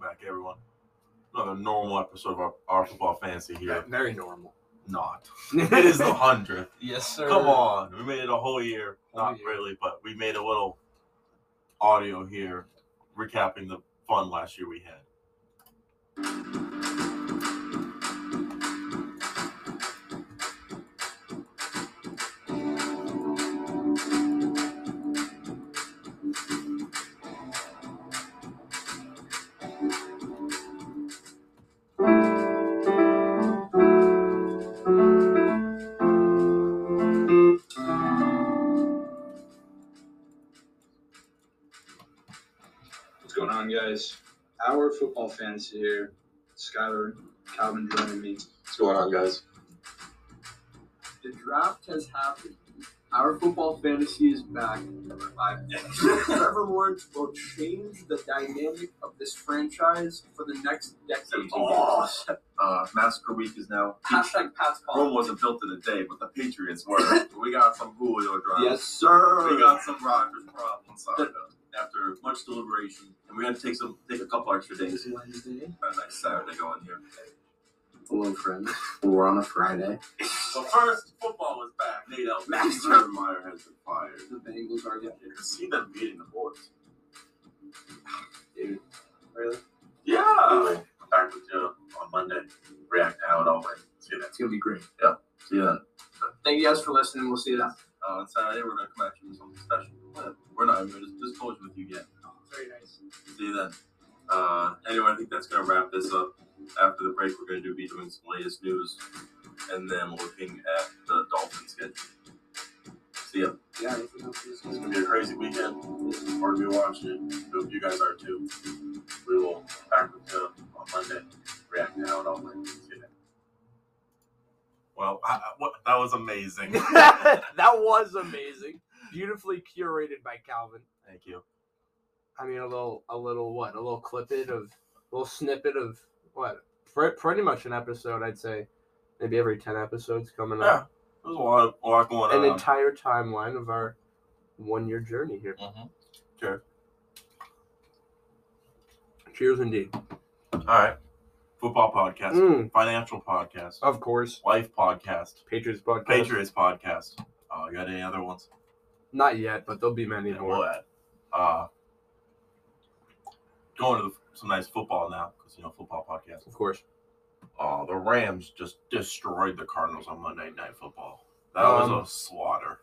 back, everyone. Another normal episode of our, our football fantasy here. Very normal. Not. It is the hundredth. yes, sir. Come on, we made it a whole year. Whole Not year. really, but we made a little audio here, recapping the fun last year we had. What's going on, guys? Our football fans here. Skyler, Calvin joining me. What's going on, guys? The draft has happened. Our football fantasy is back. Live. Trevor Lawrence will change the dynamic of this franchise for the next decade. Oh, uh, Massacre Week is now. Hashtag Pat's Rome call. wasn't built in a day, but the Patriots were. we got some Julio drama. Yes, sir. We got some Rodgers problems sorry, though, after much deliberation, and we had to take some take a couple extra days. Wednesday. Our next Saturday going here. Hello, friends. We're on a Friday. But first, football was back. Nate Elton, Max Meyer has been fired. The Bengals are You can see them beating the boards. Dude, really? Yeah, I back with you on Monday. React now and all win. See you then. It's gonna be great. See you then. Thank you guys for listening. We'll see you then. Uh, on Saturday, we're gonna come at you with something special. Well, We're not even just, just closing with you yet. Very nice. See you then. Uh, anyway, I think that's going to wrap this up. After the break, we're going to be doing some latest news and then looking at the Dolphins schedule. See ya. Yeah, anything else is It's good. going to be a crazy weekend. We're going to be watching it. Hope you guys are too. We will back with you on Monday. React now and all Monday. See you then. Well, I, I, what, that was amazing. that was amazing. Beautifully curated by Calvin. Thank you. I mean, a little, a little what? A little clippet of, a little snippet of what? Pre- pretty much an episode, I'd say. Maybe every ten episodes coming up. Yeah, there's a lot, a lot going an on. entire timeline of our one year journey here. Mhm. Sure. Cheers indeed. All right, football podcast, Mm, financial podcast, of course. life podcast. Patriots podcast. Patriots podcast. Uh, got any other ones? Not yet, but there'll be many Yeah, more. we'll add. Uh, going to the, some nice football now because you know football podcast. Of course. Uh, the Rams just destroyed the Cardinals on Monday Night Football. That Um, was a slaughter.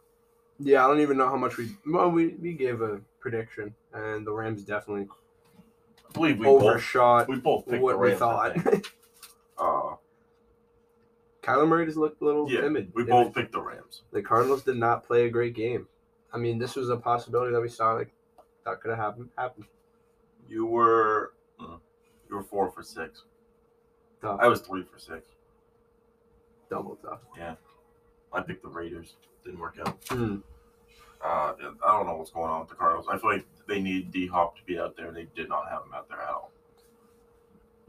Yeah, I don't even know how much we well we, we gave a prediction and the Rams definitely I believe we both overshot we both picked the what we Rams. I thought. think. Uh, Kyler Murray just looked a little Yeah, timid. we They- both picked the Rams. the Cardinals did not play a great game. I mean, this was a possibility that we saw like that could have happened happened. You were mm, you were four for six. Tough. I was three for six. Double tough. I picked the Raiders. Didn't work out. Hmm. Uh, I don't know what's going on with the Cardinals. I feel like they need D Hop to be out there. They did not have him out there at all.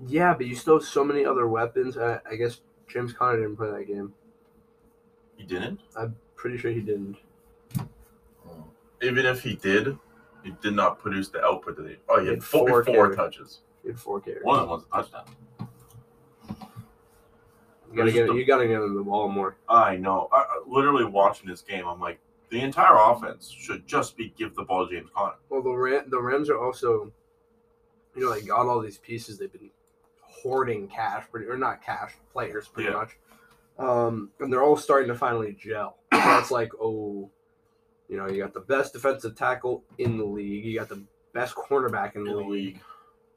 Yeah, but you still have so many other weapons. I, I guess James Conner didn't play that game. He didn't. Pretty sure he didn't. Mm. Even if he did, he did not produce the output that he. Oh, he He had had four, four four carries. touches. He had four carries. One of them was a touchdown. You gotta get you gotta get him the ball more. I know. I, I- literally watching this game, I'm like, the entire offense should just be give the ball to James Conner. Well, the Ram, the Rams are also, you know, they got all these pieces. They've been hoarding cash, pretty, or not cash players, pretty Yeah. much. Um, and they're all starting to finally gel. So it's like, oh, you know, you got the best defensive tackle in the league. You got the best cornerback in the league.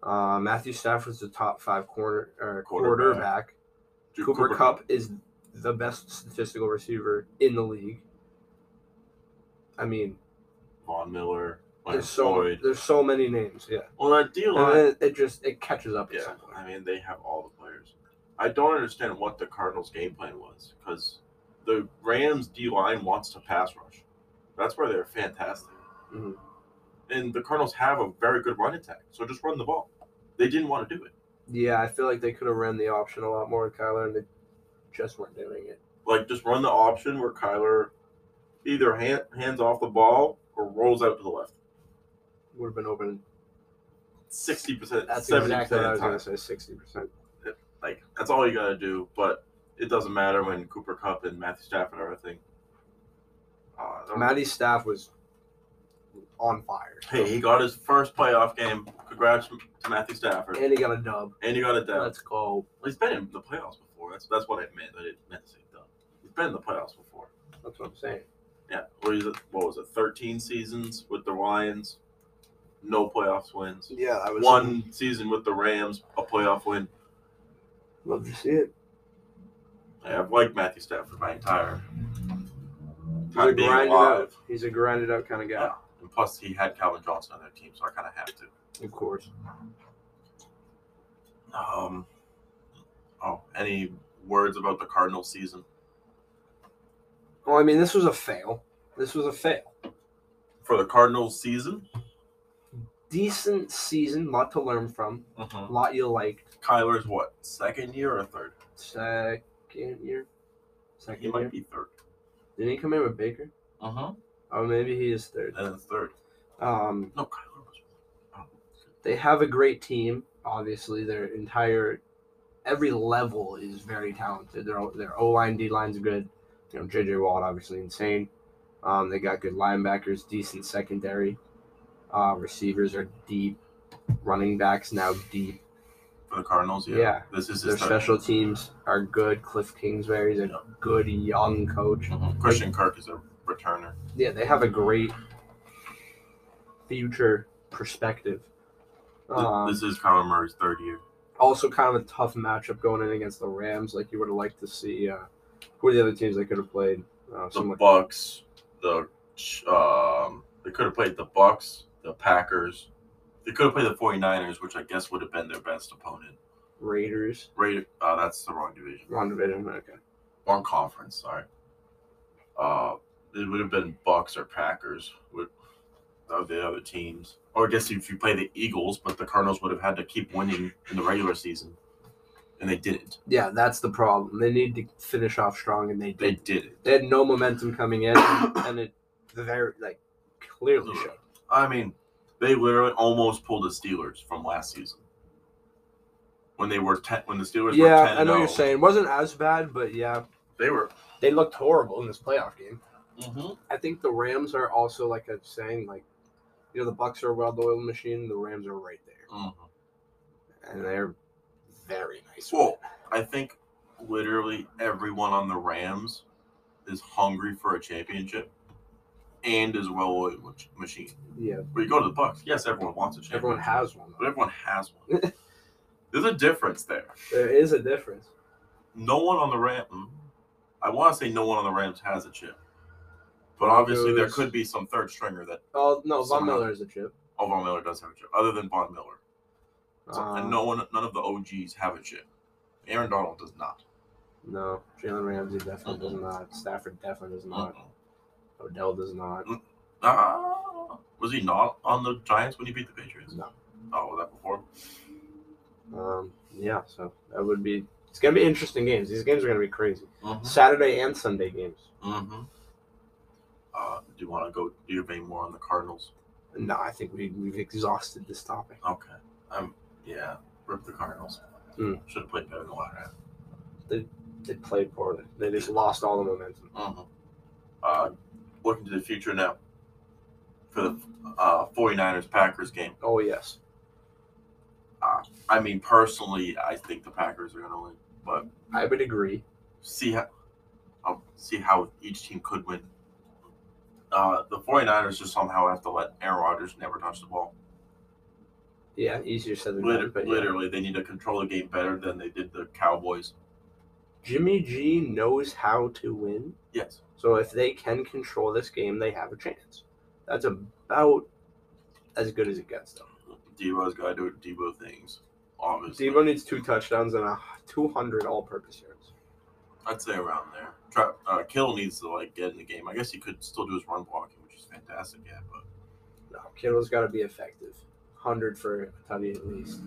Uh, Matthew Stafford's the top five corner or Quarterback. quarterback. Dude, Cooper, Cup is the best statistical receiver in the league. I mean, Von Miller, Leonard there's so Floyd. there's so many names. Yeah, Well, that D and line. then it just it catches up. Yeah, At some point. I mean they have all the players. I don't understand what the Cardinals' game plan was because the Rams' D line wants to pass rush. That's where they're fantastic, Mhm. and the Cardinals have a very good run attack. So just run the ball. They didn't want to do it. Yeah, I feel like they could have ran the option a lot more with Kyler, and they just weren't doing it. Like just run the option where Kyler either hand, hands off the ball or rolls out to the left. Would have been open sixty percent, That's seventy exactly percent what I of was the time. going to say. Sixty percent. Like that's all you gotta do. But it doesn't matter when Cooper Cup and Matthew Stafford are a thing. Uh, I don't- Maddie's staff was on fire, hey, he got his first playoff game. Congrats to Matthew Stafford, and he got a dub. and he got a dub. Let's go. Well, he's been in the playoffs before. That's that's what I meant. I didn't meant to say dub. He's been in the playoffs before. That's what I'm saying. Yeah. What, is it, what was it? Thirteen seasons with the Lions, no playoffs wins. Yeah, I One season with the Rams, a playoff win. Love to see it. I've liked Matthew Stafford my entire He's a time being grinded alive. out. He's a grinded out kind of guy. And plus, he had Calvin Johnson on their team, so I kind of have to. Of course. Um, oh, any words about the Cardinal season? Well, I mean, this was a fail. This was a fail. For the Cardinals season, Decent season, lot to learn from, mm-hmm. lot you liked. Kyler's what second year or third? Second year, second He year. might be third. Didn't he come in with Baker? Uh-huh. Oh, maybe he is third. And then third. Um, No, Kyler was. Oh, they have a great team. Obviously, their entire every level is very talented. Their their O line, D line's good. You know, JJ Watt obviously insane. Um, they got good linebackers, decent secondary. Uh, receivers are deep. Running backs now deep. for the Cardinals, yeah. Yeah. This is Their his third. special teams are good. Cliff Kingsbury's a good young coach. Mhm. Christian Kirk is a returner. Yeah, they have a great future perspective. Um, Th- Uh, this is Kyler Murray's third year. also kind of a tough matchup going in against the Rams. Like you would have liked to see uh, who are the other teams they could have played. Uh, The someone, Bucks, the um, they could have played the Bucks, the Packers. They could have played the 49ers, which I guess would have been their best opponent. Raiders, Right, uh, that's the wrong division, wrong division. Okay, wrong conference. Sorry. Uh, it would have been Bucks or Packers with of the other teams. Or I guess if you play the Eagles, but the Cardinals would have had to keep winning in the regular season, and they didn't. yeah, that's the problem. They need to finish off strong, and they They did. didn't. They had no momentum coming in, and it very like clearly showed. I mean, they literally almost pulled the Steelers from last season when they were ten, when the Steelers were Yeah, ten. oh. I know what you're saying. It wasn't as bad, but yeah, They were. they looked horrible in this playoff game. I think the Rams are also like I'm saying, like you know, the Bucks are a well-oiled machine. The Rams are right there, mm-hmm. and they're very nice. Well, I think literally everyone on the Rams is hungry for a championship and is well oiled machine. Yeah, Where you go to the Bucks, yes, everyone wants a championship, everyone has one. but everyone has one. There's a difference there. There is a difference. no one on the Ram. hmm, I want to say no one on the Rams has a chip, but obviously there Goes- could be some third stringer that Oh no, Von Somehow. Miller is a chip. oh, Von Miller does have a chip, other than Von Miller, So- and Um, no one, none of the OGs have a chip. Aaron Donald does not. no, Jalen Ramsey definitely does not. Stafford definitely does not. Mm-mm. Odell does not. Ah, was he not on the Giants when he beat the Patriots? No. Oh, was that before? Um, yeah, so that would be. It's gonna be interesting games. These games are gonna be crazy. Saturday and Sunday games. Mm-hmm. Uh, do you want to go? Do you have any more on the Cardinals? No, I think we we've exhausted this topic. Okay. Um. Yeah. Rip the Cardinals. Mm. Should have played better than what I had. They played poorly. They just lost all the momentum. Mm-hmm. Uh, looking to the future now for the uh, 49ers Packers game. Oh yes, I mean, personally, I think the Packers are going to win. I would agree. See how I'll see how each team could win. Uh, the 49ers just somehow have to let Aaron Rodgers never touch the ball. Yeah, easier said than Literally, done. But yeah. literally they need to control the game better than they did the Cowboys. Jimmy G knows how to win. Yes. So if they can control this game, they have a chance. That's about as good as it gets, though. Debo's got to do Debo things, obviously. Debo needs two touchdowns and a 200 all-purpose yards. I'd say around there. Tra- uh, Kittle needs to like get in the game. I guess he could still do his run blocking, which is fantastic. Yeah, but No, Kittle's got to be effective. 100 for a tutty at least.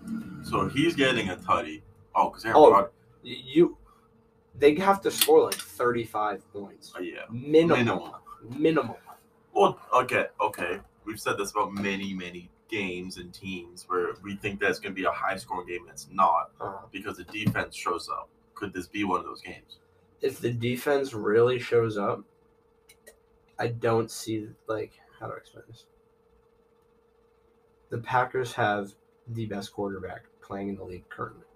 So he's getting a tutty. Oh, because Aaron Oh. Rodgers. Y- You, they have to score like 35 points. Oh, yeah. Minimum. Minimum. Minimum. Well, okay, okay. We've said this about many, many games and teams where we think that's going to be a high scoring game. and It's not Uh, because the defense shows up. Could this be one of those games? if the defense really shows up, I don't see like how do I explain this? The Packers have the best quarterback playing in the league currently.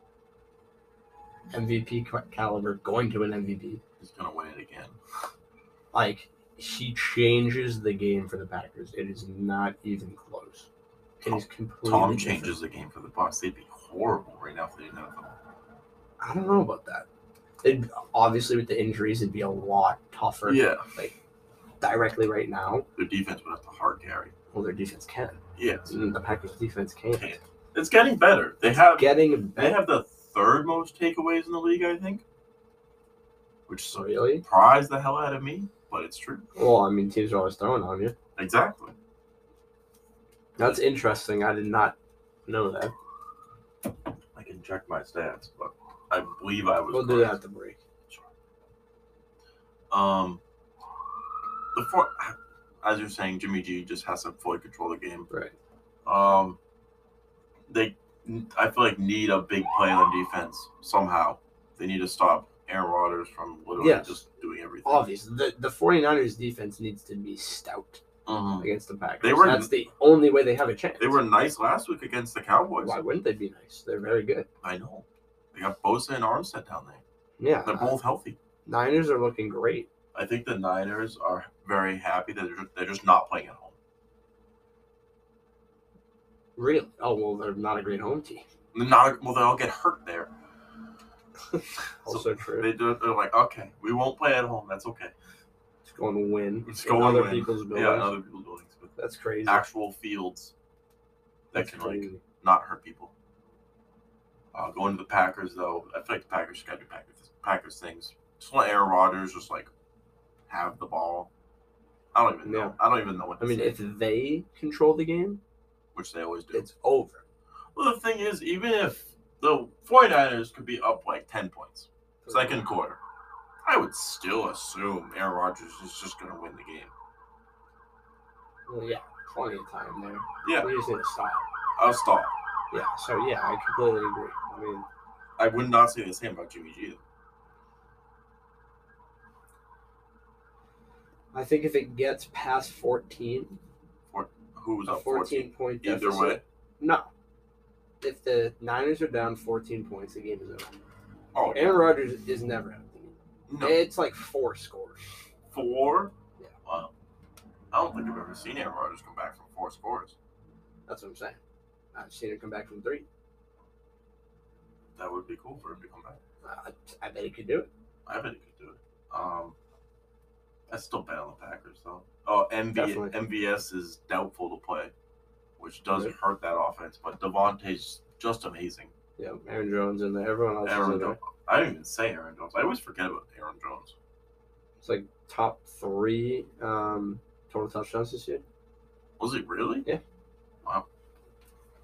MVP ca- caliber, going to an MVP. He's going to win it again. Like he changes the game for the Packers. It is not even close. It is completely. Tom different. changes the game for the Bucks. They'd be horrible right now if they didn't have him. I don't know about that. It obviously with the injuries, it'd be a lot tougher. Yeah, Directly right now, their defense would have to hard carry. well, their defense can. Yes, Mm, the Packers defense can't. Can't. it's getting better. They have Getting they better, have the third most takeaways in the league, I think, which really. surprised the hell out of me, but it's true. Well, I mean, teams are always throwing on you. Exactly. That's interesting. I did not know that. I can check my stats, but I believe I was. We'll do that correct. at the break. Um, the four, as you're saying, Jimmy G just has to fully control the game. Right. Um, they, I feel like, need a big play on defense somehow. They need to stop Aaron Rodgers from literally Yes. just doing everything. Obviously, the, the 49ers defense needs to be stout Mhm. against the Packers. They were- That's the only way they have a chance. They were nice last week against the Cowboys. Why wouldn't they be nice? They're very good. I know. They got Bosa and Armstead down there. Yeah. Uh, They're both healthy. Niners are looking great. I think the Niners are very happy that they're just, they're just not playing at home. Really? Oh well, they're not a great home team. They're not well. They all get hurt there. Also true. They do. They're like, okay, we won't play at home. That's okay. It's going to win. It's in going other win. people's buildings. Yeah, in other people's buildings, but That's crazy. actual fields that That's can like crazy. not hurt people. Uh, going to the Packers though, I feel like the Packers should gotta do Packers Packers things. Just let Aaron Rodgers just like have the ball. I don't even know. Yeah. I don't even know what. I To mean, say, if they control the game, which they always do. it's over. Well, the thing is, even if the 49ers could be up like ten points, second quarter, I would still assume Aaron Rodgers is just gonna win the game. Well, yeah, plenty of time there. Yeah. We just need to stop. I'll stop. Yeah. So yeah, I completely agree. I mean, I would not say the same about Jimmy G. Though. I think if it gets past fourteen, Who was a up 14? fourteen point Oh, Either deficit. way. No. If the Niners are down fourteen points, the game is over. Oh, yeah. Aaron Rodgers is never out of the game. No. It's like four scores. four? Yeah. Wow. I don't think I've ever seen Aaron Rodgers come back from four scores. That's what I'm saying. I've seen him come back from three. That would be cool for him to come back. Uh, I bet he could do it. I bet he could do it. Um, I still bet on the Packers, though. Oh, MV, Definitely. MVS is doubtful to play, which does Right. hurt that offense, but Devontae's just amazing. Yeah, Aaron Jones and everyone else. is Aaron in there. Jones. I didn't even say Aaron Jones. I always forget about Aaron Jones. It's like top three um, total touchdowns this year. Was he really? Yeah. Wow.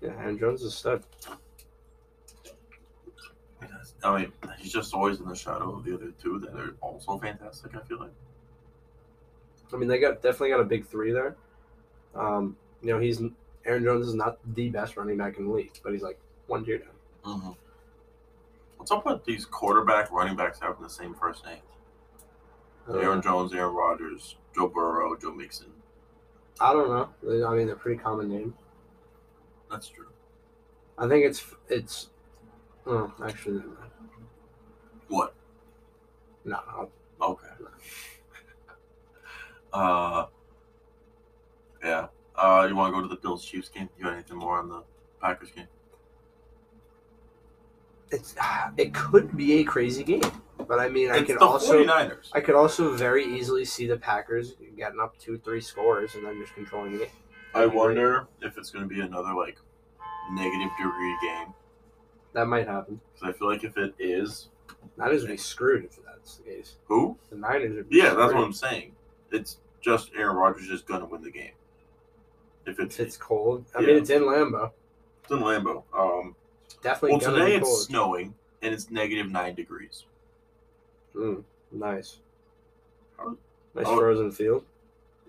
Yeah, Aaron Jones is a stud. I mean, he's just always in the shadow of the other two that are also fantastic, I feel like. I mean, they got definitely got a big three there. Um, you know, he's Aaron Jones is not the best running back in the league, but he's like one tier down. Mm-hmm. What's up with these quarterback running backs having the same first name? I don't, Aaron know. Jones, Aaron Rodgers, Joe Burrow, Joe Mixon. I don't know. They- I mean, they're pretty common names. That's true. I think it's it's. Oh, actually, never mind. What? no. I'll- Okay. Uh, yeah. Uh, you want to go to the Bills Chiefs game? You got anything more on the Packers game? It's it could be a crazy game, but I mean, I it's can the also 49ers. I could also very easily see the Packers getting up two, three scores and then just controlling the game. I wonder if it's going to be another like negative degree game That might happen. because I feel like if it is, Niners would be screwed if that's the case. who? The Niners would be Yeah, that's what screwed. I'm saying. It's just Aaron Rodgers is going to win the game. If it's, It's cold. I Yeah. mean, it's in Lambo. It's in Lambo. Um, Definitely well, gonna today be it's cold. snowing and it's negative nine degrees. Mm, nice. Oh. Nice Oh. frozen field.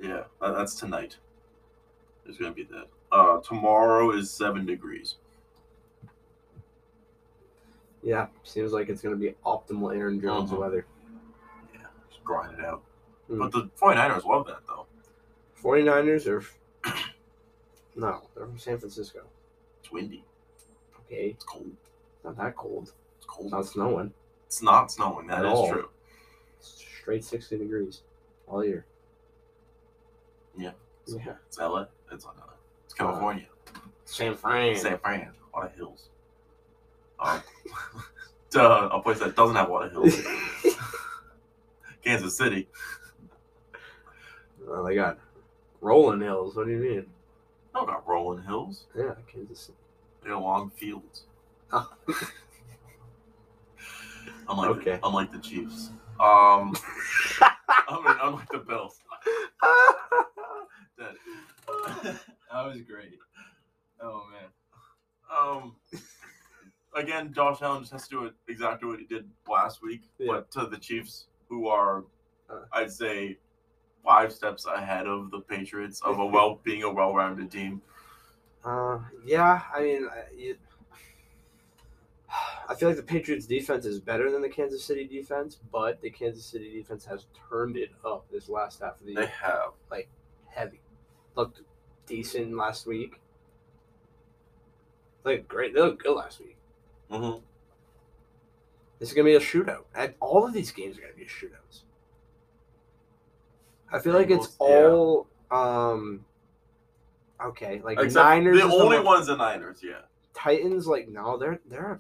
Yeah, tha- that's tonight. It's gonna be that. uh, tomorrow is seven degrees. Yeah, seems like it's going to be optimal Aaron Jones Mhm. weather. Yeah, just grind it out. Mm. But the 49ers love that though. 49ers are. f- No, they're from San Francisco. It's windy. Okay, It's cold. it's not that cold. It's It's cold. not snowing. It's not snowing. That At is all. true. It's straight 60 degrees all year. Yeah. Yeah. It's LA. It's not LA. It's California. San Fran. San Fran. A lot of hills. Um, duh, a place that doesn't have a lot of hills. Kansas City. oh, they got rolling hills. What do you mean? They don't got rolling hills. Yeah, Kansas City. They got long fields. Oh. unlike, Okay. the, unlike the Chiefs. Um, I mean, unlike the Bills. That, That was great. Oh man. um, again, Josh Allen just has to do it exactly what he did last week, Yeah. but to the Chiefs, who are, Uh. I'd say, five steps ahead of the Patriots of a well being a well-rounded team. Uh, yeah, I mean, I, you, I feel like the Patriots defense is better than the Kansas City defense, but the Kansas City defense has turned it up this last half of the They year. have Heavy, looked decent last week. Like great, they looked good last week. Mhm. This is gonna be a shootout. And all of these games are gonna be shootouts. I feel like it's all Bengals, um okay, like Except Niners. the is only one- ones the Niners, yeah. Titans, like no, they're they're a,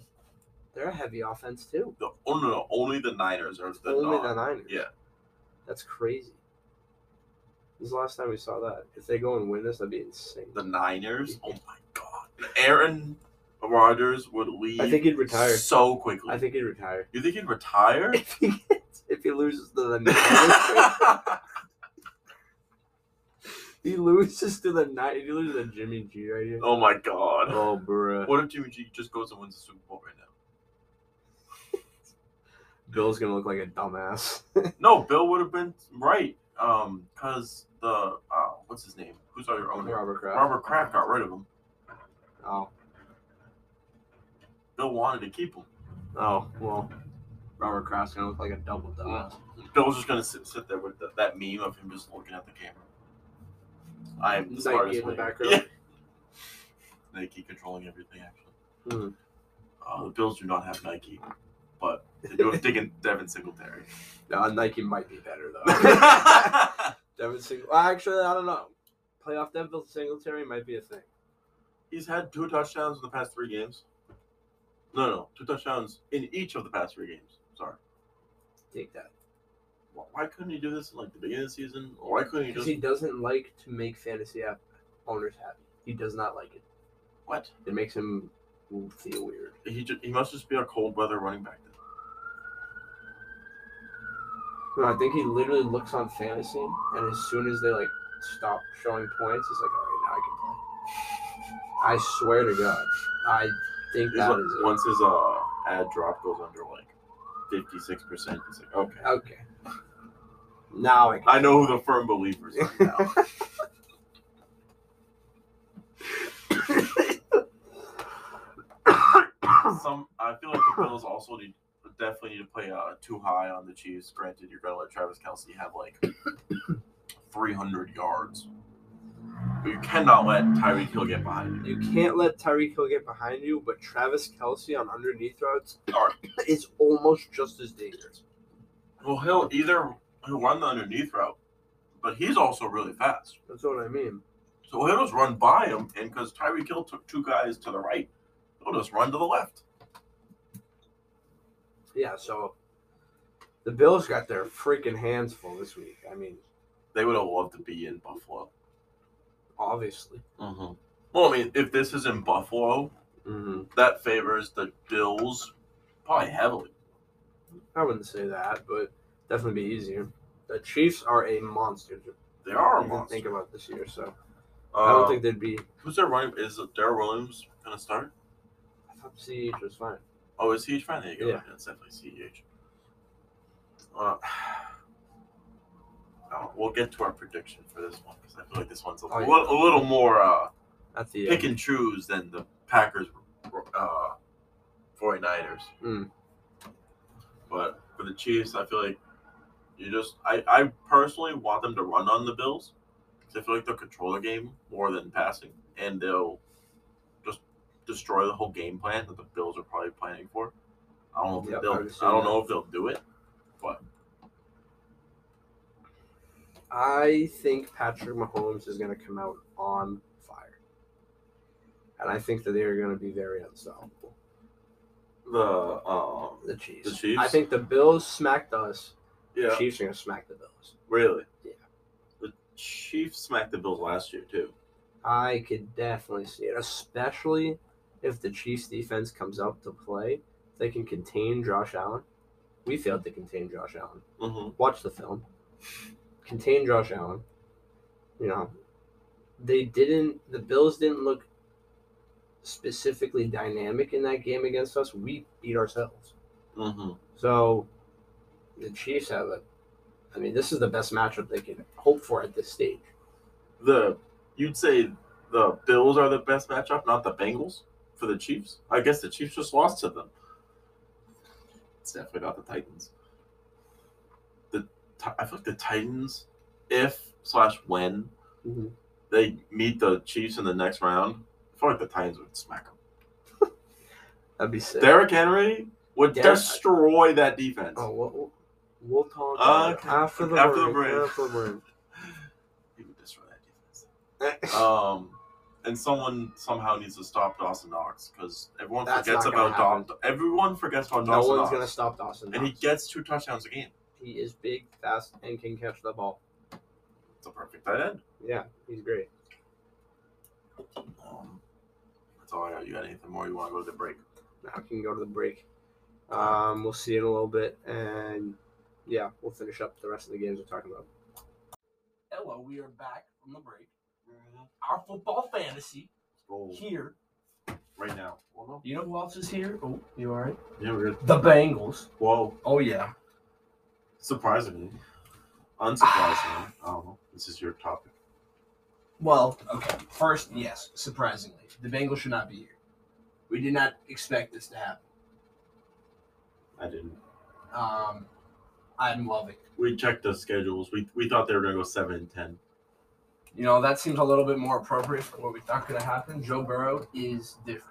they're a heavy offense too. The oh, no, no, only the Niners are the Only non- the Niners. yeah. that's crazy. This is the last time we saw that. If they go and win this, that'd be insane. the Niners. Oh my god, Aaron Rodgers would leave. I think he'd retire. so quickly. I think he'd retire you think he'd retire? if he gets, if he loses to the Niners. he loses to the Niners. He loses to Jimmy G right here. oh my god. Oh, bruh. What if Jimmy G just goes and wins the Super Bowl right now? Bill's gonna look like a dumbass. No, Bill would have been right. Um, cause the uh, what's his name? Who's our owner? Robert Kraft. Robert Kraft got rid of him. Oh, Bill wanted to keep him. oh, well, Robert Kraft's gonna look like a double dumbass. Bill's just gonna sit, sit there with the, that meme of him just looking at the camera. I am the Nike smartest in the man. background. Yeah. Nike controlling everything. Actually, Hmm. uh, the Bills do not have Nike, but they do have digging Devin Singletary. No, Nike might be better though. He's Devin Sing- well, actually, I don't know. Playoff Devin Singletary might be a thing. had two touchdowns in the past three games. No, no, two touchdowns in each of the past three games. Sorry. Take that. Wh- Why couldn't he do this in like the beginning of the season? Or why couldn't he Because just he doesn't like to make fantasy app owners happy. He does not like it. what? It makes him feel weird. He ju- he must just be a cold weather running back. Then. No, I think he literally looks on fantasy, and as soon as they like stop showing points, he's like, all right, now I can play. I swear to God, I think He's that like- is it. once his uh ad drop goes under like fifty six percent, it's like okay. Okay. Now I can. I know who the firm believers are now. Some I feel like the Bills also need definitely need to play uh, too high on the Chiefs. Granted, you're gonna let Travis Kelsey have like 300 yards, but you cannot let Tyreek Hill get behind you. You can't let Tyreek Hill get behind you, but Travis Kelsey on underneath routes Or- is almost just as dangerous. Well, he'll either he'll run the underneath route, but he's also really fast. That's what I mean. So he'll just run by him, and because Tyreek Hill took two guys to the right, he'll just run to the left. Yeah, so the Bills got their freaking hands full this week. I mean, They would have loved to be in Buffalo. obviously. Mm-hmm. Well, I mean, if this is in Buffalo, Mm-hmm. that favors the Bills probably heavily. I wouldn't say that, but definitely be easier. The Chiefs are a monster. to They are a even monster. Think about this year, so Uh, I don't think they'd be. who's their running? Is Darrell Williams gonna start? I thought CH was fine. Oh, is CH fine? There you go. Yeah. That's definitely CH. Uh, oh, we'll get to our prediction for this one because I feel like this one's a, Oh, yeah. li- a little more uh, at the pick end. and choose than the Packers, uh, 49ers. Mm. But for the Chiefs, I feel like you just, I, I personally want them to run on the Bills 'cause I feel like they'll control the game more than passing and they'll just destroy the whole game plan that the Bills are probably planning for. I don't know if Yeah, I they'll, would say I don't that. know if they'll do it. I think Patrick Mahomes is going to come out on fire, and I think that they are going to be very unstoppable. The, um, The Chiefs. The Chiefs? I think the Bills smacked us. The yeah, Chiefs are going to smack the Bills. really. Yeah. The Chiefs smacked the Bills last year, too. I could definitely see it, especially if the Chiefs defense comes up to play. If they can contain Josh Allen. We failed to contain Josh Allen. Mm-hmm. Watch the film. Contain Josh Allen. You know, they didn't. The Bills didn't look specifically dynamic in that game against us. We beat ourselves. Mm-hmm. So the Chiefs have a. I mean, this is the best matchup they can hope for at this stage. the you'd say the Bills are the best matchup, not the Bengals for the Chiefs. I guess the Chiefs just lost to them. It's definitely not the Titans. The Ti- I feel like the Titans, if slash when Mhm. they meet the Chiefs in the next round, I feel like the Titans would smack them. That'd be sick. Derrick Henry would Derrick- destroy that defense. Oh, we'll, we'll- we'll talk about Okay. it after the Uh, After the break. break. After the He would destroy that defense. break. Um, and someone somehow needs to stop Dawson Knox because everyone That's forgets not gonna about Dawson. Everyone forgets about no Dawson one's Knox, gonna stop Dawson. and he Knox. gets two touchdowns a game. he is big, fast, and can catch the ball. It's a perfect tight end. Yeah, he's great. Um, that's all I got. You got anything more? You want to go to the break? Now we can go to the break. Um, we'll see you in a little bit, and yeah, we'll finish up the rest of the games we're talking about. Hello, we are back from the break. Mm-hmm. Our football fantasy Go here. right now. Well, You know who else is here? Oh, you all right? no. Yeah, we're good. The Bengals. Whoa! Oh yeah. Surprisingly, unsurprisingly. oh, this is your topic. Well, okay. First, yes, surprisingly, the Bengals should not be here. We did not expect this to happen. I didn't. Um, I'm loving. it. We checked the schedules. We we thought they were gonna go seven and ten. You know that seems a little bit more appropriate for what we thought could happen. Joe Burrow is different.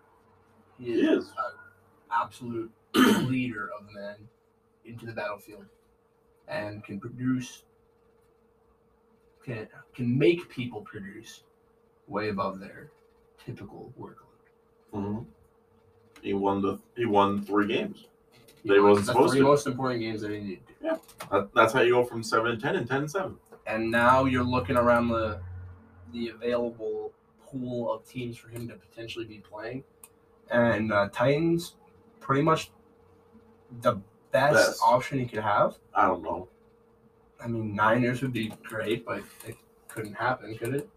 He is, He is. an absolute leader of men into the battlefield, and can produce can can make people produce way above their typical workload. Mm-hmm. He won the he won three games. He They won wasn't the supposed three to. most important games that he needed. to. That, that's how you go from seven and ten and ten and seven. And now you're looking around the the available pool of teams for him to potentially be playing, and uh, Titans pretty much the best, Best. option he could have. I don't know. I mean, Niners would be great, but it couldn't happen, could it?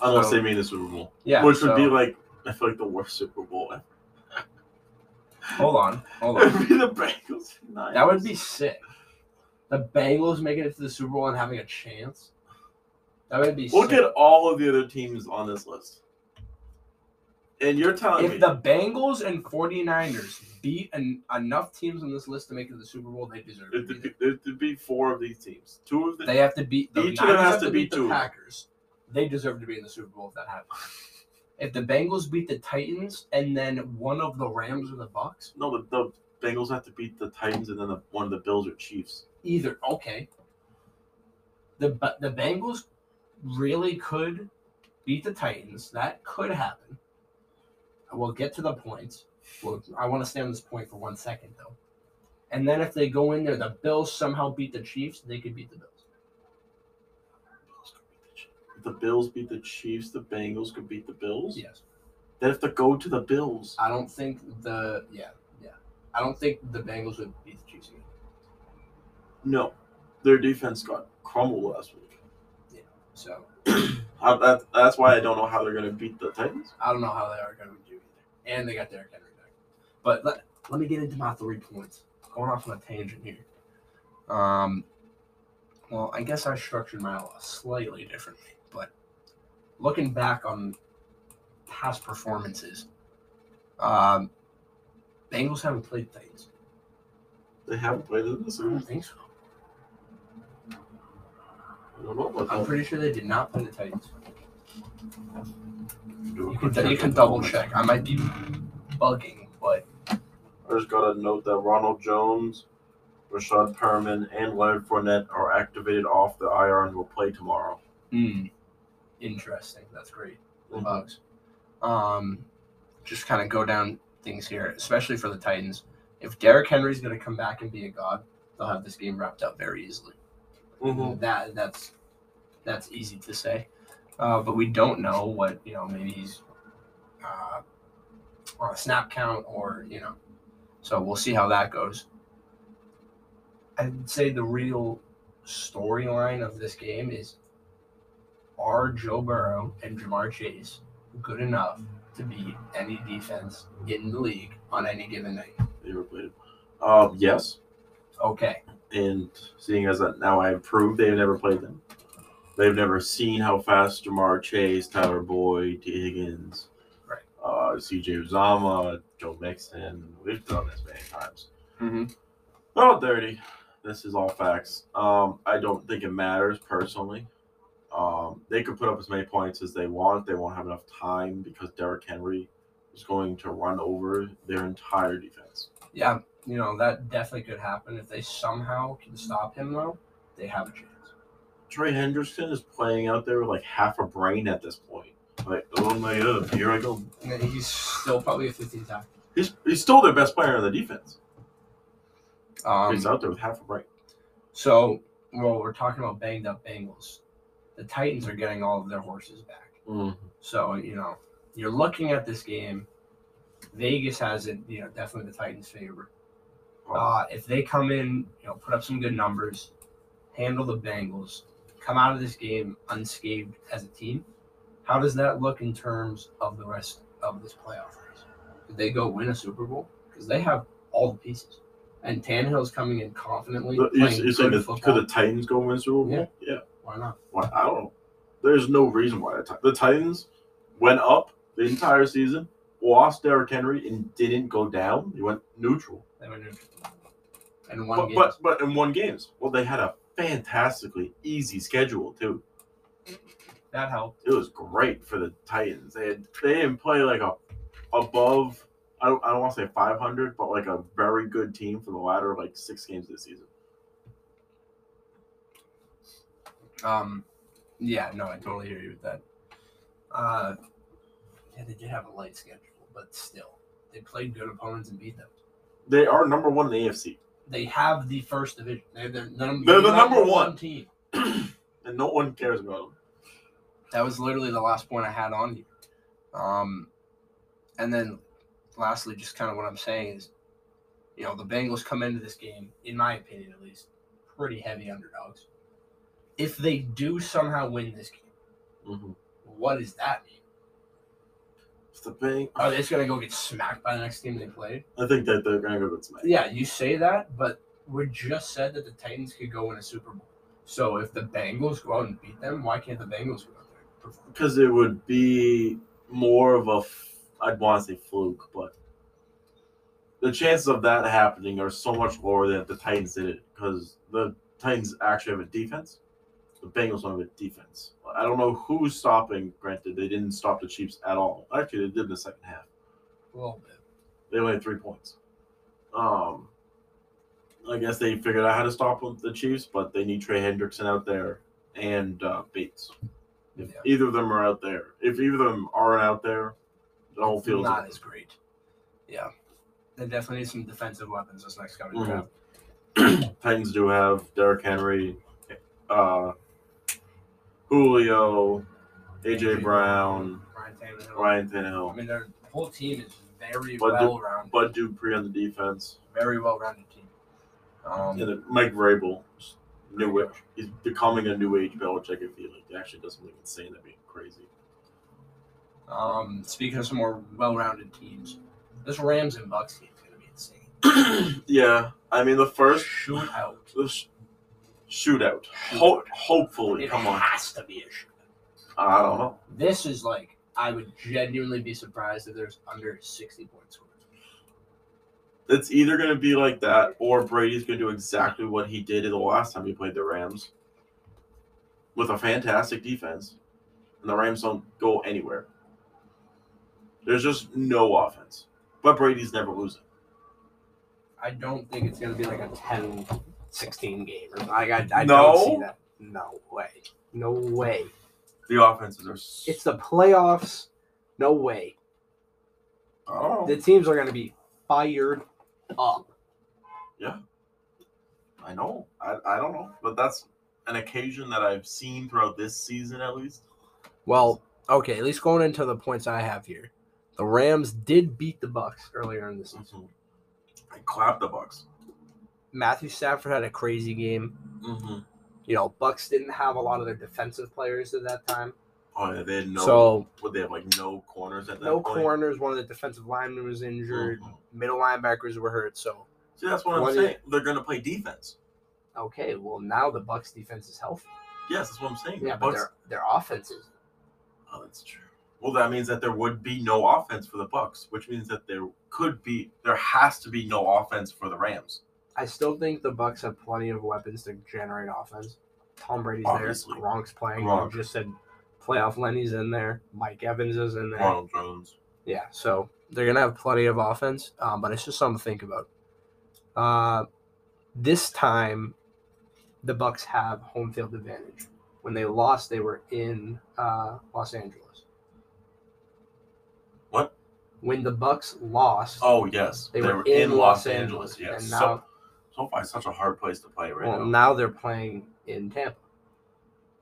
Unless So- they made the Super Bowl, Yeah, which would so- be like I feel like the worst Super Bowl ever. Hold on, hold on. It'd be the Bengals. and Niners. That would be sick. The Bengals making it to the Super Bowl and having a chance. That would be Look sick. at all of the other teams on this list, and you're telling me If the Bengals and 49ers beat en- enough teams on this list to make it to the Super Bowl, they deserve there'd it. to be, there'd to be four of these teams. Two of the They have to beat the Each of them has Niners have to to beat beat two the of them. Packers. They deserve to be in the Super Bowl if that happens. If the Bengals beat the Titans and then one of the Rams or the Bucks, no, the, the Bengals have to beat the Titans, and then the, one of the Bills or Chiefs. either okay. The but the Bengals really could beat the Titans. That could happen. We'll get to the points. Well, I want to stay on this point for one second though. And then if they go in there, the Bills somehow beat the Chiefs. They could beat the Bills. If the Bills beat the Chiefs, the Bengals could beat the Bills. Yes. They have to go to the Bills. I don't think the yeah yeah. I don't think the Bengals would beat the Chiefs again. No, their defense got crumbled last week. So I, that, that's why I don't know how they're going to beat the Titans. I don't know how they are going to do either. And they got Derrick Henry back. But let, let me get into my three points. Going off on a tangent here. Um, well, I guess I structured my loss slightly differently, but looking back on past performances, um, Bengals haven't played Titans. They haven't played it this I year. don't think so. I don't know about I'm that. pretty sure they did not play the Titans. Do a You quick can, you check. can double check. I might be bugging, but I just got to note that Ronald Jones, Rashad Perriman, and Leonard Fournette are activated off the IR and will play tomorrow. hmm, interesting. That's great. Bugs. Um, just kind of go down things here, especially for the Titans. If Derrick Henry's going to come back and be a god, they'll have this game wrapped up very easily. Mm-hmm. Uh, That that's that's easy to say, uh, but we don't know what you know. Maybe he's uh, on a snap count, or you know, so we'll see how that goes. I'd say the real storyline of this game is: Are Joe Burrow and Jamar Chase good enough to beat any defense in the league on any given night? They were played. Um, yes, Okay, and seeing as that now I've proved they've never played them, they've never seen how fast Jamar Chase, Tyler Boyd, T. Higgins, Right. uh, C.J. Uzama, Joe Mixon. We've done this many times. Mhm. Oh, dirty. This is all facts. Um, I don't think it matters personally. Um, they could put up as many points as they want. They won't have enough time because Derrick Henry is going to run over their entire defense. yeah, you know that definitely could happen if they somehow can stop him though. They have a chance. Trey Henderson is playing out there with like half a brain at this point. Like, oh my god, here I go. And then he's still probably a 15 time. He's, he's still their best player on the defense. Um, he's out there with half a brain. so, well, we're talking about banged up Bengals. The Titans are getting all of their horses back. So, you know, you're looking at this game. Vegas has it, you know, definitely the Titans' favor. Uh, if they come in, you know, put up some good numbers, handle the Bengals, come out of this game unscathed as a team, how does that look in terms of the rest of this playoff race? Did they go win a Super Bowl? Because they have all the pieces. And Tannehill's coming in confidently. You're, playing you're saying good that could the Titans go win the Super Bowl? Yeah. yeah. Why not? Why, I don't know. There's no reason why the, Ti- the Titans went up the entire season, lost Derrick Henry, and didn't go down. They went neutral. They were neutral. And one But, game. but but in one games. Well, they had a fantastically easy schedule too. that helped. it was great for the Titans. They had, they didn't play like a above I don't, I don't want to say 500, but like a very good team for the latter like six games this season. Um, yeah, no, I totally hear you with that. Uh, yeah, they did have a light schedule, but still, they played good opponents and beat them. They are number one in the AFC, They have the first division. They're, the num- They're the number one. team. and no one cares about them. That was literally the last point I had on you. Um, and then, lastly, just kind of what I'm saying is, you know, the Bengals come into this game, in my opinion at least, pretty heavy underdogs. If they do somehow win this game, what does that mean? It's the thing. Are Oh, they just gonna go get smacked by the next team they played? I think that they're gonna go with Smack. Yeah, you say that, but we just said that the Titans could go in a Super Bowl. So if the Bengals go out and beat them, why can't the Bengals go out there and perform? because it would be more of a f- I'd want to say fluke, but the chances of that happening are so much lower than if the Titans did it because the Titans actually have a defense. The Bengals don't have a defense. I don't know who's stopping. Granted, they didn't stop the Chiefs at all. Actually, they did in the second half. A little bit. They only had three points. Um, I guess they figured out how to stop the Chiefs, but they need Trey Hendrickson out there and uh, Bates. If Yeah. either of them are out there, if either of them aren't out there, the whole It's field's not as great. Yeah. They definitely need some defensive weapons this next coming Mhm. draft. Titans do have Derrick Henry, uh, Julio, AJ Brown, Ryan Tannehill. Ryan I Tannehill, mean, their whole team is very But the- well rounded. Bud Dupree on the defense, very well rounded team. Um, and then Mike Vrabel. just New Great age. He's becoming a new age Belichick. I feel like he actually does something insane. That'd be crazy. um, speaking of some more well rounded teams, this Rams and Bucks team is going to be insane. yeah, I mean the first Shoot out. the sh- shootout. Ho- hopefully, It come on. has to be a shootout. I don't know. This is like I would genuinely be surprised if there's under 60 points scored. It's either going to be like that, or Brady's going to do exactly what he did the last time he played the Rams with a fantastic defense, and the Rams don't go anywhere. There's just no offense, but Brady's never losing. I don't think it's going to be like a 10 16 game. Or, I, I, I No. don't see that. No way. No way. The offenses are. s- It's the playoffs. No way. I don't know. The teams are going to be fired up. I know. I, I don't know, but that's an occasion that I've seen throughout this season at least. Well, okay. At least going into the points I have here, the Rams did beat the Bucks earlier in the season. I clap the Bucks. Matthew Stafford had a crazy game. Mm-hmm. You know, Bucks didn't have a lot of their defensive players at that time. Oh yeah, they had no. so would they have like no corners at that no point? corners. One of the defensive linemen was injured. Mhm. Middle linebackers were hurt. So See, that's what I'm What do you- saying. They're going to play defense. okay, well now the Bucks defense is healthy. Yes, that's what I'm saying. The Yeah, but Bucks. their their offense is Oh, that's true. Well, that means that there would be no offense for the Bucks, which means that there could be, there has to be no offense for the Rams. I still think the Bucks have plenty of weapons to generate offense. Tom Brady's Obviously. there. Gronk's playing. Gronk. You just said playoff Lenny's in there. Mike Evans is in there. Ronald Jones. Yeah, so they're gonna have plenty of offense, um, but it's just something to think about. Uh, this time, the Bucks have home field advantage. When they lost, they were in uh, Los Angeles. What? When the Bucks lost, Oh yes, they, were, in, Los Angeles. Yes. and So now, so, SoFi is such a hard place to play right well, now. now they're playing in Tampa.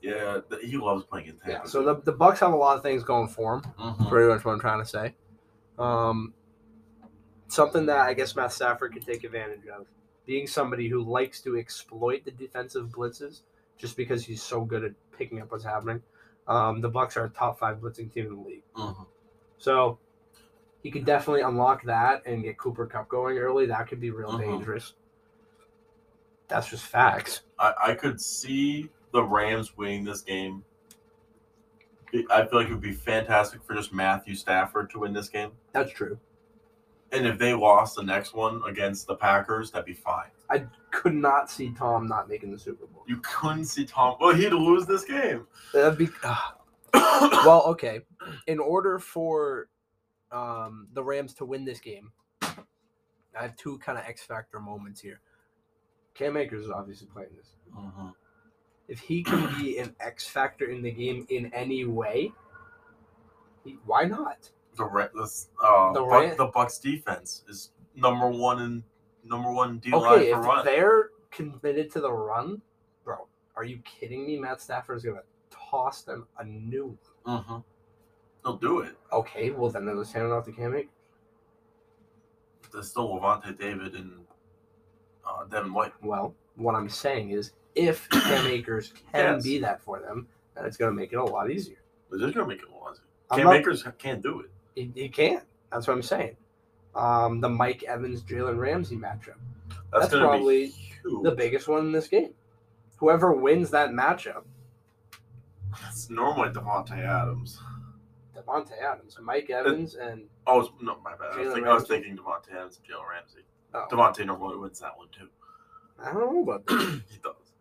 Yeah, th- he loves playing in Yeah. Tampa. So the, the Bucks have a lot of things going for them. Mhm. Mm-hmm, pretty much what I'm trying to say. Um, something that I guess Matt Stafford can take advantage of, being somebody who likes to exploit the defensive blitzes, just because he's so good at picking up what's happening. Um, the Bucks are a top five blitzing team in the league, Mhm. so he could definitely unlock that and get Cooper Cup going early. That could be real Mhm. dangerous. That's just facts. I, I could see the Rams winning this game. I feel like it would be fantastic for just Matthew Stafford to win this game. That's true. And if they lost the next one against the Packers, that'd be fine. Could not see Tom not making the Super Bowl. You couldn't see Tom. Well, he'd lose this game. That'd be. ah, Mm-hmm. well, okay. In order for um, the Rams to win this game, I have two kind of X factor moments here. Cam Akers is obviously playing this. Mhm. If he can be an X factor in the game in any way, he- why not? The Ra- this, uh, The the, Ra- the Bucks defense is number one in number one D line Okay, for if run. they're committed to the run, bro, are you kidding me? Matt Stafford is gonna toss them a new one. Mhm. They'll do it. Okay, well then they're just handing off to Cam Akers. There's still Levante David and uh, Devin White. Well, what I'm saying is, if Cam Akers can Yes. be that for them, then it's going to make it a lot easier. They're just gonna make it lousy. I'm Cam not- Akers can't do it. He, he can. That's what I'm saying. Um, the Mike Evans Jalen Ramsey matchup, That's, That's gonna probably be huge. the biggest one in this game. Whoever wins that matchup, It's normally Devontae Adams. Devontae Adams, Mike Evans, and Oh it's- no, my bad. I was, Jalen thinking, I was Ramsey. thinking Devontae Adams and Jalen Ramsey. oh, Devontae normally wins that one too. I don't know about that. he does.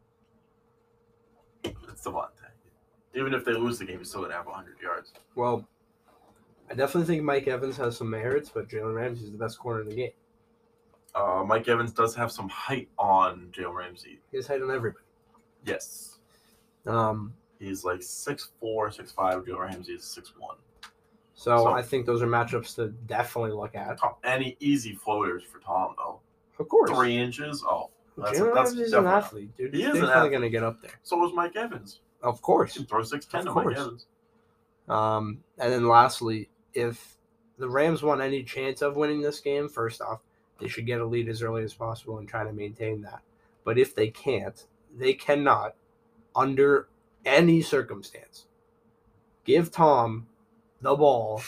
It's Devontae. Even if they lose the game, he's still gonna have 100 yards. Well, I definitely think Mike Evans has some merits, but Jalen Ramsey is the best corner in the game. Uh, Mike Evans does have some height on Jalen Ramsey. He's hiding everybody. Yes, Um, he's like 6'4", 6'5". Jalen Ramsey is 6'1". so So- I think those are matchups to definitely look at. Tom, any easy floaters for Tom though? Of course. Three inches? Oh, that's, Jalen that's Ramsey's an definitely- athlete, dude. He is He's an definitely athlete. going to get up there. So is Mike Evans. Of He course. can throw six ten to Of Mike course. Evans. Um, and then lastly, if the Rams want any chance of winning this game, first off, they should get a lead as early as possible and try to maintain that. But if they can't, they cannot, under any circumstance, give Tom the ball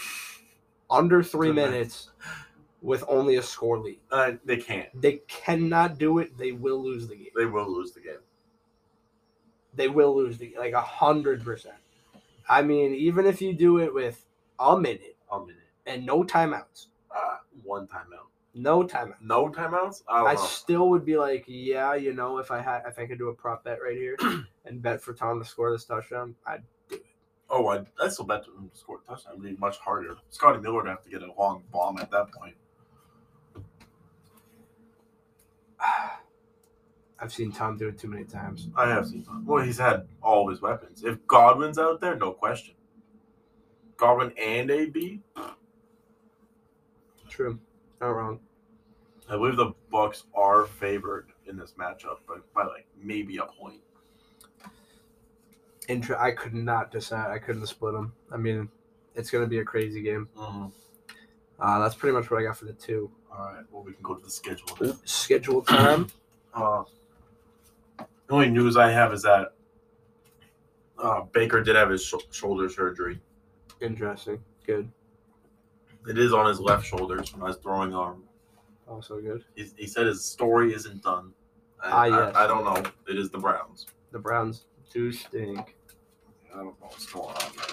under three Good night. minutes with only a score lead. Uh, they can't. They cannot do it. They will lose the game. They will lose the game. they will lose the like a hundred percent. I mean, even if you do it with a minute A minute. and no timeouts. Uh, one timeout. No timeout. No timeouts? I don't I know. still would be like, yeah, you know, if I had, if I could do a prop bet right here and bet for Tom to score this touchdown, I'd oh, I, I still bet him to score a touchdown. It'd be much harder. Scotty Miller would have to get a long bomb at that point. I've seen Tom do it too many times. I have seen Tom. Well, he's had all of his weapons. If Godwin's out there, no question. Godwin and AB. True. Not wrong. I believe the Bucks are favored in this matchup, but by like maybe a point. Intra- I could not decide. I couldn't split them. I mean, it's going to be a crazy game. Mm-hmm. Uh, that's pretty much what I got for the two. All right. Well, we can go to the schedule. now. Schedule time. Uh, the only news I have is that uh, Baker did have his sh- shoulder surgery. Interesting. Good. It is on his left shoulder. It's from his throwing arm. Also good. He's, he said his story isn't done. I, Ah, yes. I, I don't know. It is the Browns. The Browns do stink. I don't know what's going on. there.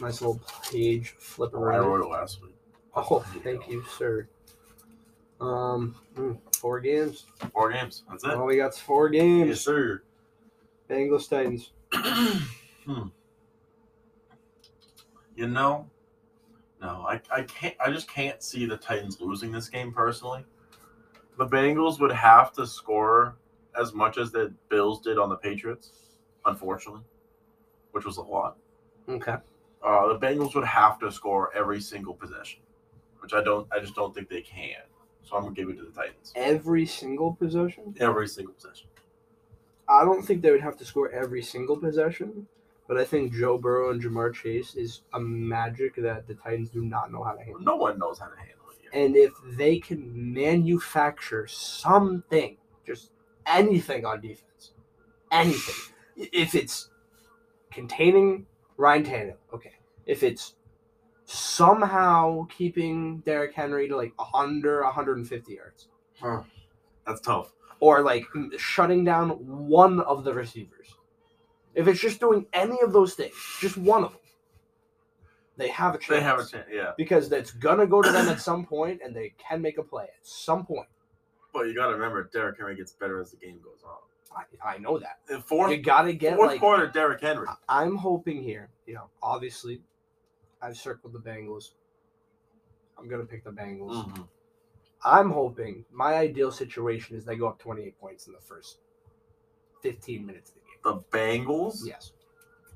Nice little page flipper. I wrote it last week. Oh, thank you, sir. Um, mm, four games. Four games. That's it. All we got's four Yes, games. sir. Bengals Titans. hmm. You know, no, I, I can't. I just can't see the Titans losing this game personally. The Bengals would have to score as much as the Bills did on the Patriots, unfortunately, which was a lot. Okay. Uh, the Bengals would have to score every single possession, which I don't. I just don't think they can. So I'm gonna give it to the Titans. Every single possession. Every single possession. I don't think they would have to score every single possession, but I think Joe Burrow and Jamar Chase is a magic that the Titans do not know how to handle. No one knows how to handle it. Here. And if they can manufacture something, just anything on defense, anything, if it's containing Ryan Tannehill, okay. If it's somehow keeping Derrick Henry to like under 150 yards, That's tough. or like shutting down one of the receivers, if it's just doing any of those things, just one of them, they have a chance They have a chance. Yeah. because that's gonna go to them at some point, and they can make a play at some point. But you got to remember, Derrick Henry gets better as the game goes on. I, I know that In fourth you gotta get fourth like. quarter, Derrick Henry. I- I'm hoping here, you know, obviously, I've circled the Bengals. I'm gonna pick the Bengals. Mm. I'm hoping my ideal situation is they go up 28 points in the first 15 minutes of the game. The Bengals. Yes,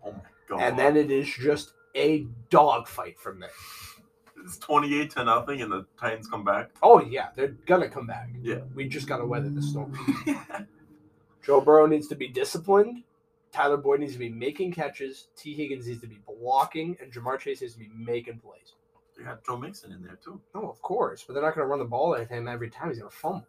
Oh my god. and then it is just a dogfight from there. it's twenty-eight to nothing, and the Titans come back. Oh yeah, they're gonna come back. Yeah. we just gotta weather the storm. Joe Burrow needs to be disciplined. Tyler Boyd needs to be making catches. T. Higgins needs to be blocking, and Jamar Chase needs to be making plays. they got Joe Mixon in there too. No, of course, but they're not going to run the ball at him every time. He's going to fumble.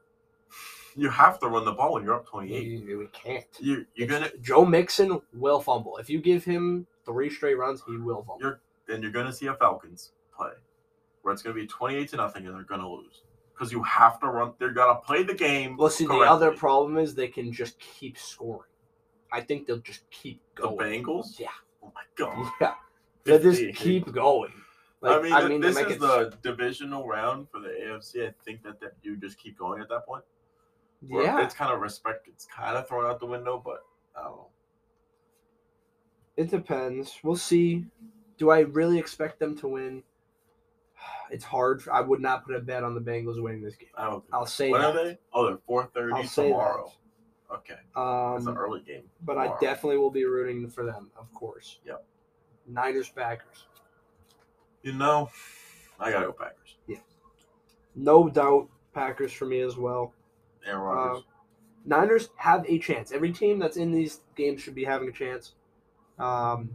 You have to run the ball when you're up twenty-eight. We, we can't. You you're gonna Joe Mixon will fumble. If you give him three straight runs, he will fumble. You're- then you're gonna see a Falcons play where it's gonna be twenty-eight to nothing, and they're gonna lose because you have to run. They're gonna play the game. well, see, the correctly. other problem is they can just keep scoring. I think they'll just keep The going. Bengals. Yeah. Oh my god. Yeah. They just 58. keep going. Like, I mean, th- they this make is it- the divisional round for the AFC. I think that, that you just keep going at that point. Or yeah. it's kind of respect. It's kind of thrown out the window, but I don't know. It depends. We'll see. Do I really expect them to win? It's hard. I would not put a bet on the Bengals winning this game. I don't. I'll say Think. When that. are they? Oh, they're four I'll thirty say tomorrow. Okay, that. that's an Um, early game. but I tomorrow. definitely will be rooting for them, of course. Yep. Niners Packers. You know, I gotta go Packers. No doubt Packers for me as well. uh, Aaron Rodgers. Niners have a chance. Every team that's in these games should be having a chance. Um,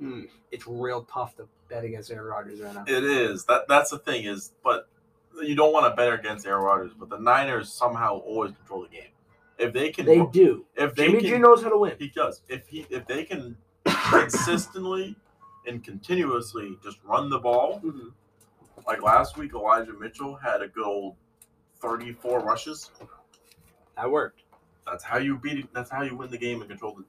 mm, it's real tough to bet against Aaron Rodgers right now. it is that. That's the thing is, but you don't want to bet against Aaron Rodgers. But the Niners somehow always control the game. If they can, They do. if they Jimmy can, G knows how to win. He does. If he if they can consistently and continuously just run the ball, Mm-hmm. Mhm. like last week, Elijah Mitchell had a good old thirty-four rushes. That worked. That's how you beat. That's how you win the game and control the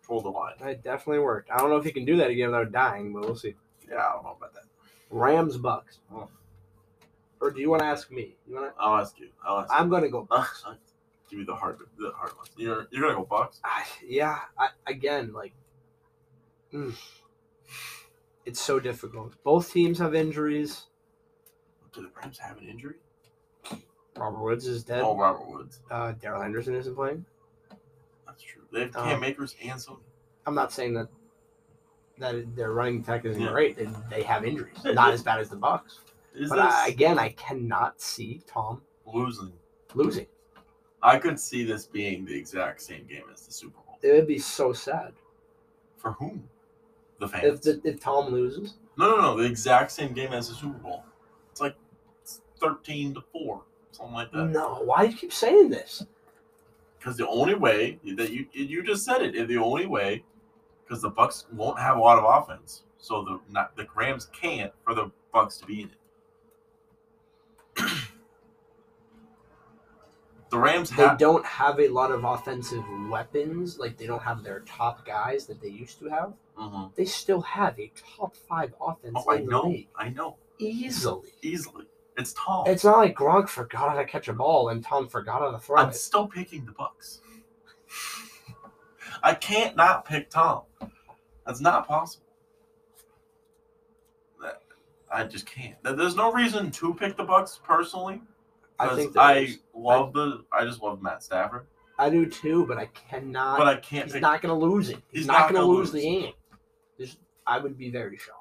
control the line. That definitely worked. I don't know if he can do that again without dying, but we'll see. Yeah, I don't know about that. Rams Bucks. Or do you want to ask me? You want to? I'll ask you. I'll ask. I'm gonna go. you. Bucks. Give me the hard, the hard ones. You're you're gonna go Bucks. I, yeah. I, again, like, mm. it's so difficult. Both teams have injuries. Do the Rams have an injury? Robert Woods is dead. Oh, Robert Woods. Uh, Daryl Henderson isn't playing. That's true. They have Cam Um, Akers and some. I'm not saying that that their running attack isn't Yeah. great. They, they have injuries, not as bad as the Bucks. Is But this I, again, I cannot see Tom losing? losing. I could see this being the exact same game as the Super Bowl. It would be so sad For whom? The fans. if the, if Tom loses. No, no, no. The exact same game as the Super Bowl. It's like it's 13 to 4, something like that. No, why do you keep saying this? Because the only way that you you just said it, the only way, because the Bucks won't have a lot of offense, so the not, the Rams can't for the Bucks to be in it. the Rams They have don't have a lot of offensive weapons. Like they don't have their top guys that they used to have. Mhm. They still have a top five offense Oh, I in the know, league I know, easily. easily. It's Tom. It's not like Gronk forgot how to catch a ball and Tom forgot how to throw I'm it. still picking the Bucks. I can't not pick Tom. That's not possible. That- I just can't. There- There's no reason to pick the Bucks personally. I 'cause think that I is- love the. I just love Matt Stafford, I do too, but I cannot. but I can't he's pick. not going to lose it. He's, He's not, not going to gonna lose, lose. the game. There's, I would be very shocked.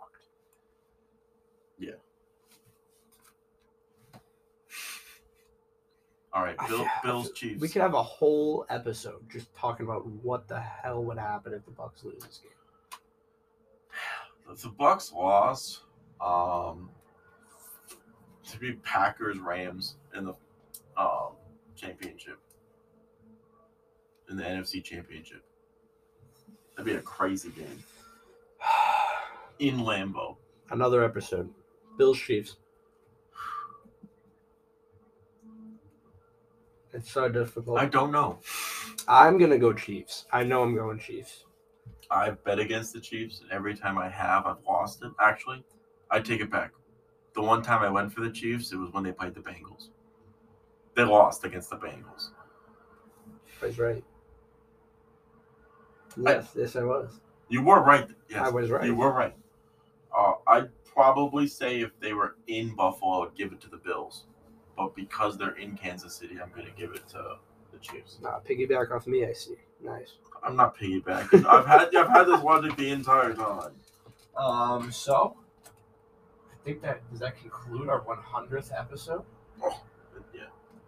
all right, I- Bill, I- Bills Chiefs. We could have a whole episode just talking about what the hell would happen if the Bucks lose this game. If the Bucks lost, um, to be Packers Rams in the um championship in the NFC Championship. That'd be a crazy game in Lambeau. Another episode. Bills Chiefs. It's so difficult. I don't know. I'm gonna go Chiefs. I know I'm going Chiefs. I bet against the Chiefs, and every time I have, I've lost it. Actually, I take it back. The one time I went for the Chiefs, it was when they played the Bengals. They lost against the Bengals. That's right. Yes, yes, I was. You were right. Yes, I was right. You were right. Uh, I'd probably say if they were in Buffalo, I'd give it to the Bills. But because they're in Kansas City, I'm going to give it to the Chiefs. Nah, piggyback off me. I see. Nice. I'm not piggybacking. I've had I've had this logic the entire time. Um, so I think that does that conclude our 100th episode. But yeah,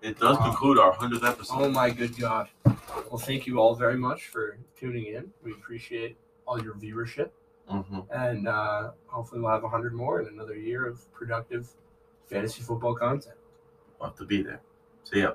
it does Wow. conclude our hundredth episode. Oh my good god! Well, thank you all very much for tuning in. We appreciate all your viewership, Mhm. and uh, hopefully we'll have 100 more in another year of productive fantasy football content. We'll have to be there. See ya.